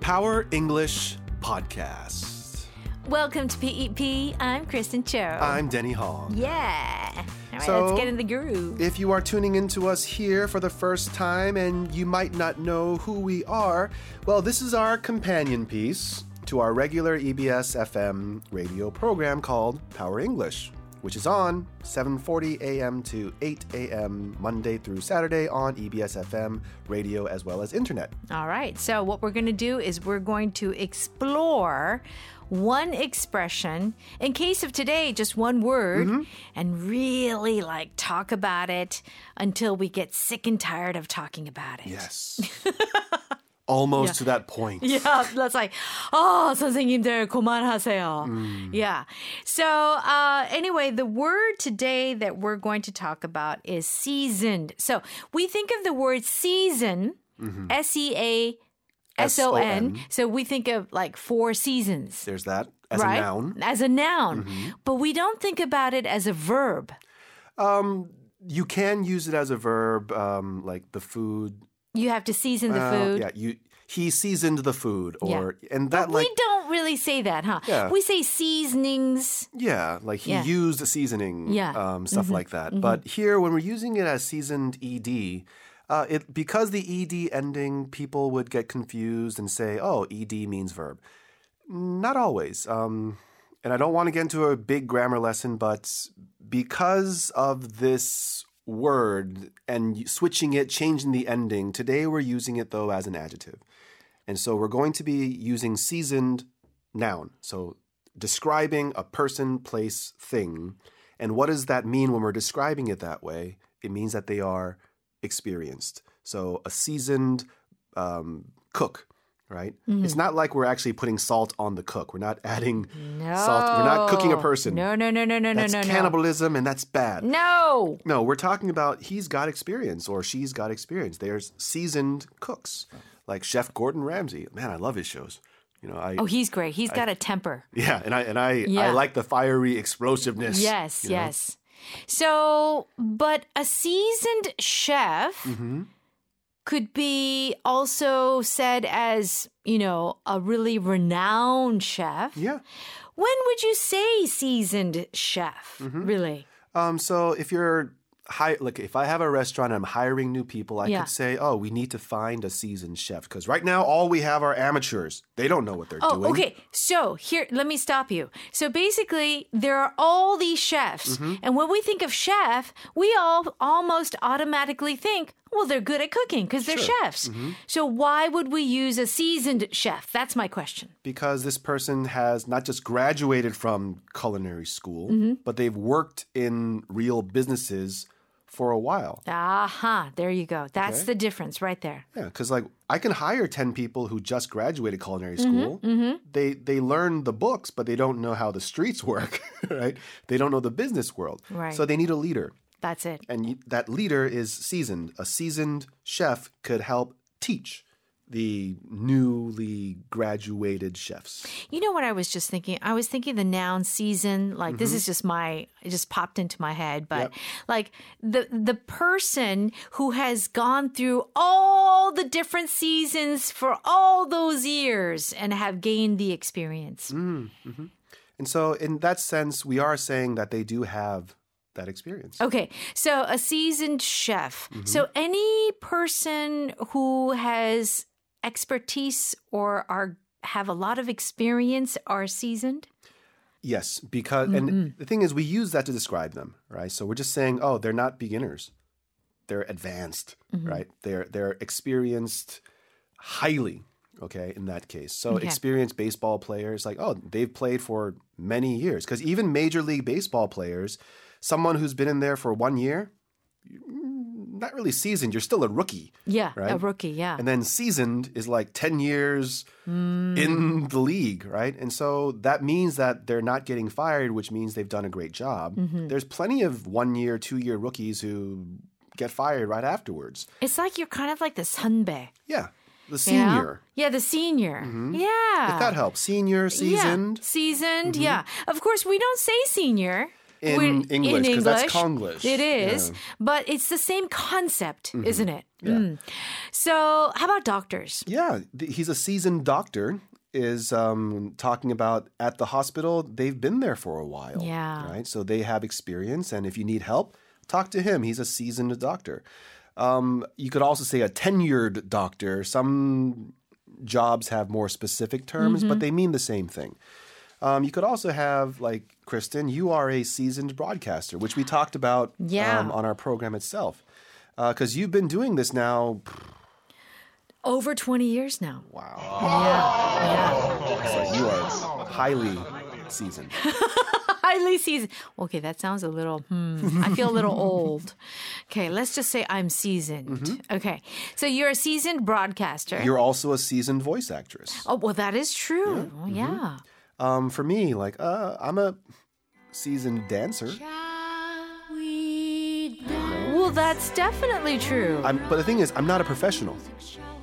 Power English Podcast. Welcome to PEP. I'm Kristen Cho. I'm Denny Hong. yeah. All right, So- let's get in the groove. If you are tuning in to us here for the first time and you might not know who we are, well, this is our companion piece to our regular E EBS FM radio program called Power English, which is on 7:40 a.m. to 8 a.m. Monday through Saturday on E EBS FM radio as well as internet. All right. So, what we're going to do is we're going to explore one expression in case of today, just one word, Mm-hmm. and really like talk about it until we get sick and tired of talking about it. Yes. Almost to that point. Yeah, that's like, oh, 선생님들 그만하세요. Yeah. So uh, anyway, the word today that we're going to talk about is seasoned. So we think of the word season, Mm-hmm. S E A S O N. S-O-N. So we think of like four seasons, There's that as right? a noun. Mm-hmm. As a noun, but we don't think about it as a verb. You can use it as a verb, um, like the food. You have to season the uh, food. yeah, you. He seasoned the food, or and that like we don't really say that, huh? Yeah. We say seasonings. yeah, like he Yeah. used seasoning, Yeah. Mm-hmm. um, stuff like that. But here, when we're using it as seasoned ed, uh, it because the ed ending, people would get confused and say, "Oh, ed means verb." Not always. Um, and I don't want to get into a big grammar lesson, but because of this word and switching it, changing the ending, today we're using it though as an adjective. And so we're going to be using seasoned noun. So describing a person, place, thing. And what does that mean when we're describing it that way? It means that they are experienced. So a seasoned um, cook, right? Mm-hmm. It's not like we're actually putting salt on the cook. We're not adding salt. We're not cooking a No. person. No, no, no, no, no, that's no, Mm. no, no. cannibalism and that's bad. No. No, we're talking about he's got experience or she's got experience. There's seasoned cooks like Chef Gordon Ramsay. Man, I love his shows. You know, I Oh, he's great. He's got a temper. yeah, and I and I I Yeah. like the fiery explosiveness. Yes, you know? yes. So, but a seasoned chef Mm-hmm. could be also said as, you know, a really renowned chef. Yeah. When would you say seasoned chef, really? Um. So if you're hi, look, if I have a restaurant, and I'm hiring new people. I Yeah. could say, oh, we need to find a seasoned chef because right now all we have are amateurs. They don't know what they're Oh, doing. okay. So here, let me stop you. So basically, there are all these chefs, Mm-hmm. and when we think of chef, we all almost automatically think, well, they're good at cooking because they're chefs. Mm-hmm. So why would we use a seasoned chef? That's my question. because this person has not just graduated from culinary school, Mm-hmm. but they've worked in real businesses for a while. Aha, there you go. That's Okay. the difference right there. Yeah, because like I can hire ten people who just graduated culinary school. They they learn the books, but they don't know how the streets work, right? They don't know the business world. Right. So they need a leader, That's it. and you, that leader is seasoned. A seasoned chef could help teach the newly graduated chefs. You know what I was just thinking? I was thinking the noun season. Like Mm-hmm. this is just my it just popped into my head, but like the the person who has gone through all the different seasons for all those years and have gained the experience. Mm-hmm. And so, in that sense, we are saying that they do have that experience. Okay, so a seasoned chef. Mm-hmm. So any person who has expertise or are have a lot of experience are seasoned. Yes, because and the thing is, we use that to describe them, right? So we're just saying, oh, they're not beginners; they're advanced, right? They're they're experienced highly. Okay, in that case, so Okay. experienced baseball players, like oh, they've played for many years, because even major league baseball players, someone who's been in there for one year, mm, not really seasoned. You're still a rookie, Yeah, a Right. rookie. Yeah. and then seasoned is like 10 years Hmm. in the league, right? And so that means that they're not getting fired, which means they've done a great job. Mm-hmm. There's plenty of one year, two year rookies who get fired right afterwards. It's like you're kind of like the sunbae. Yeah. The you know? senior. Yeah, the senior. Yeah. If Mm-hmm. that helps. Senior, Yeah, seasoned. Mm-hmm. Seasoned, yeah. Of course, we don't say senior. in We're- English because that's Konglish. It is, Yeah. Mm-hmm. but it's the same concept, isn't it? Mm. So, how about doctors? Yeah, th- he's a seasoned doctor. Is um, talking about at the hospital. They've been there for a while. Yeah. Right. So they have experience, and if you need help, talk to him. He's a seasoned doctor. Um, you could also say a tenured doctor. Some jobs have more specific terms, Mm-hmm. but they mean the same thing. Um, you could also have, like Kristen, you are a seasoned broadcaster, which we talked about Yeah. um, on our program itself. Because you've been doing this now, Over 20 years now. wow, Yeah. yeah. So you are highly seasoned. Highly seasoned. Okay, that sounds a little, hmm, I feel a little old. Okay, let's just say I'm seasoned. Okay, so you're a seasoned broadcaster. Mm-hmm. You're also a seasoned voice actress. oh, well, that is true. Mm-hmm. Oh, Yeah. Um, for me, like, uh, I'm a seasoned dancer. Well, that's definitely true. I'm, but the thing is, I'm not a professional.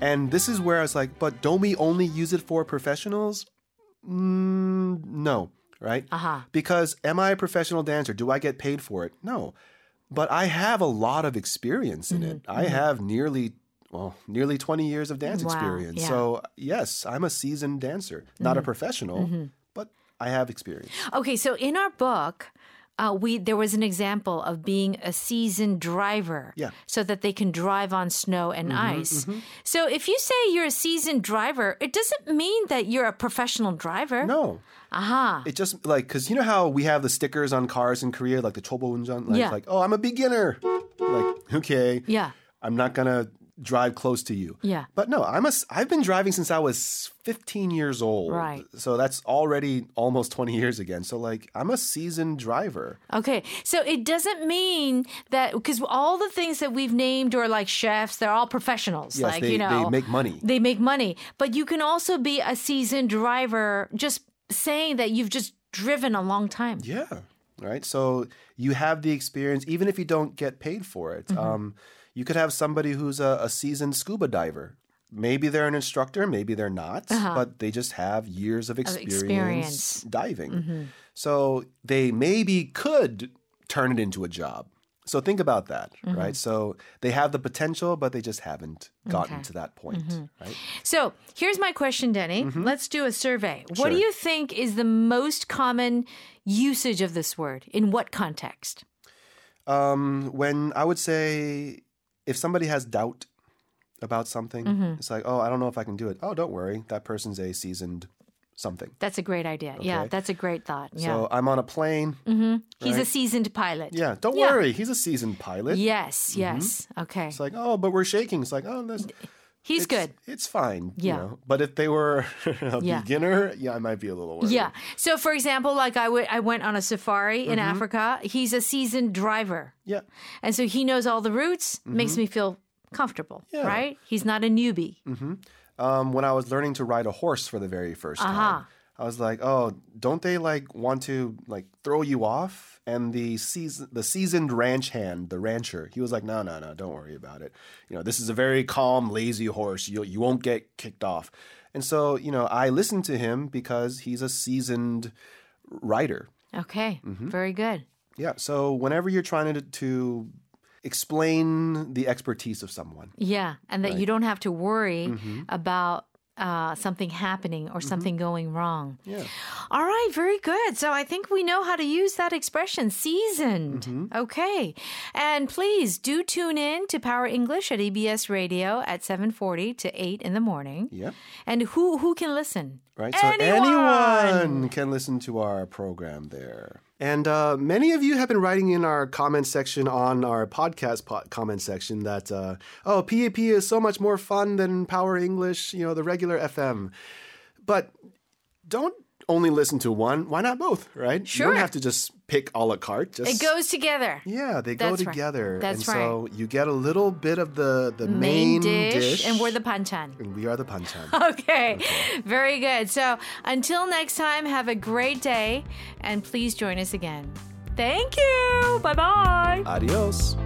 And this is where I was like, but don't we only use it for professionals? Mm, no, right? Uh-huh. Because am I a professional dancer? Do I get paid for it? No. But I have a lot of experience in it. I have nearly, well, nearly 20 years of dance Mm-hmm. Wow, experience. yeah. Mm-hmm. So, yes, I'm a seasoned dancer, not a professional, but I have experience. Okay, so in our book, uh, we there was an example of being a seasoned driver, Yeah. Mm-hmm, so that they can drive on snow and ice. So if you say you're a seasoned driver, it doesn't mean that you're a professional driver. No. Aha. It just like because you know how we have the stickers on cars in Korea, like the Chobo Unjan, like, Yeah. like oh I'm a beginner, like okay, Yeah. I'm not gonna drive close to you. Yeah. But no, I'm a s- I've been driving since I was 15 years old. Right. So that's already almost 20 years again. So like I'm a seasoned driver. Okay. So it doesn't mean that because all the things that we've named are like chefs, they're all professionals. Yes, like they you know, they make money. they make money. But you can also be a seasoned driver, just saying that you've just driven a long time. Yeah. Right. So you have the experience, even if you don't get paid for it. Um, you could have somebody who's a, a seasoned scuba diver. Maybe they're an instructor, maybe they're not, but they just have years Uh-huh. of experience, Mm-hmm. experience. diving. So they maybe could turn it into a job. So think about that, right? So they have the potential, but they just haven't gotten to that point, right? So here's my question, Denny. Let's do a survey. What Mm-hmm. do Sure. you think is the most common usage of this word? In what context? Um, when I would say if somebody has doubt about something, Mm-hmm. it's like, oh, I don't know if I can do it. Oh, don't worry. That person's a seasoned something. That's a great idea. Yeah, Okay. that's a great thought. Yeah. So I'm on a plane. He's a seasoned pilot. Yeah, Mm-hmm. don't Yeah. worry. He's a seasoned pilot. Yes, yes. Okay. It's like, oh, but we're shaking. It's like, oh, that's He's it's, good. It's fine. Yeah. You know? But if they were a Yeah. beginner, yeah, I might be a little worried. Yeah. So for example, like I would I went on a safari in Mm-hmm. Africa. He's a seasoned driver. Yeah. And so he knows all the routes, makes me feel comfortable, Mm-hmm. Yeah. Mm. right? He's not a newbie. um, when I was learning to ride a horse for the very 1st time. I was like, oh, don't they like want to like throw you off? And the season, the seasoned ranch hand, the rancher, he was like, no, no, no, don't worry about it. You know, this is a very calm, lazy horse. You you won't get kicked off. And so, you know, I listened to him because he's a seasoned rider. Okay. Mm-hmm. Very good. Yeah. So whenever you're trying to to explain the expertise of someone, Yeah, and that you don't have to worry Mm-hmm. about uh, something happening or something going wrong. yeah. All right, very good. So I think we know how to use that expression, seasoned. Mm-hmm. Okay. And please do tune in to Power English at EBS Radio at 7:40 to 8 in the morning. Yep. And who who can listen? Right? So anyone can listen to our program there. And uh, many of you have been writing in our comment section on our podcast po- comment section that, uh, oh, PAP is so much more fun than Power English, you know, the regular FM. But don't only listen to one. Why not both, right? You Sure. don't have to just pick a la carte. Just It goes together. yeah, they That's go right. together. That's and so you get a little bit of the, the Main main, dish, and we're the panchan. and we are the panchan. Okay. Very good. So until next time, have a great day and please join us again. Thank you. Bye bye. Adios.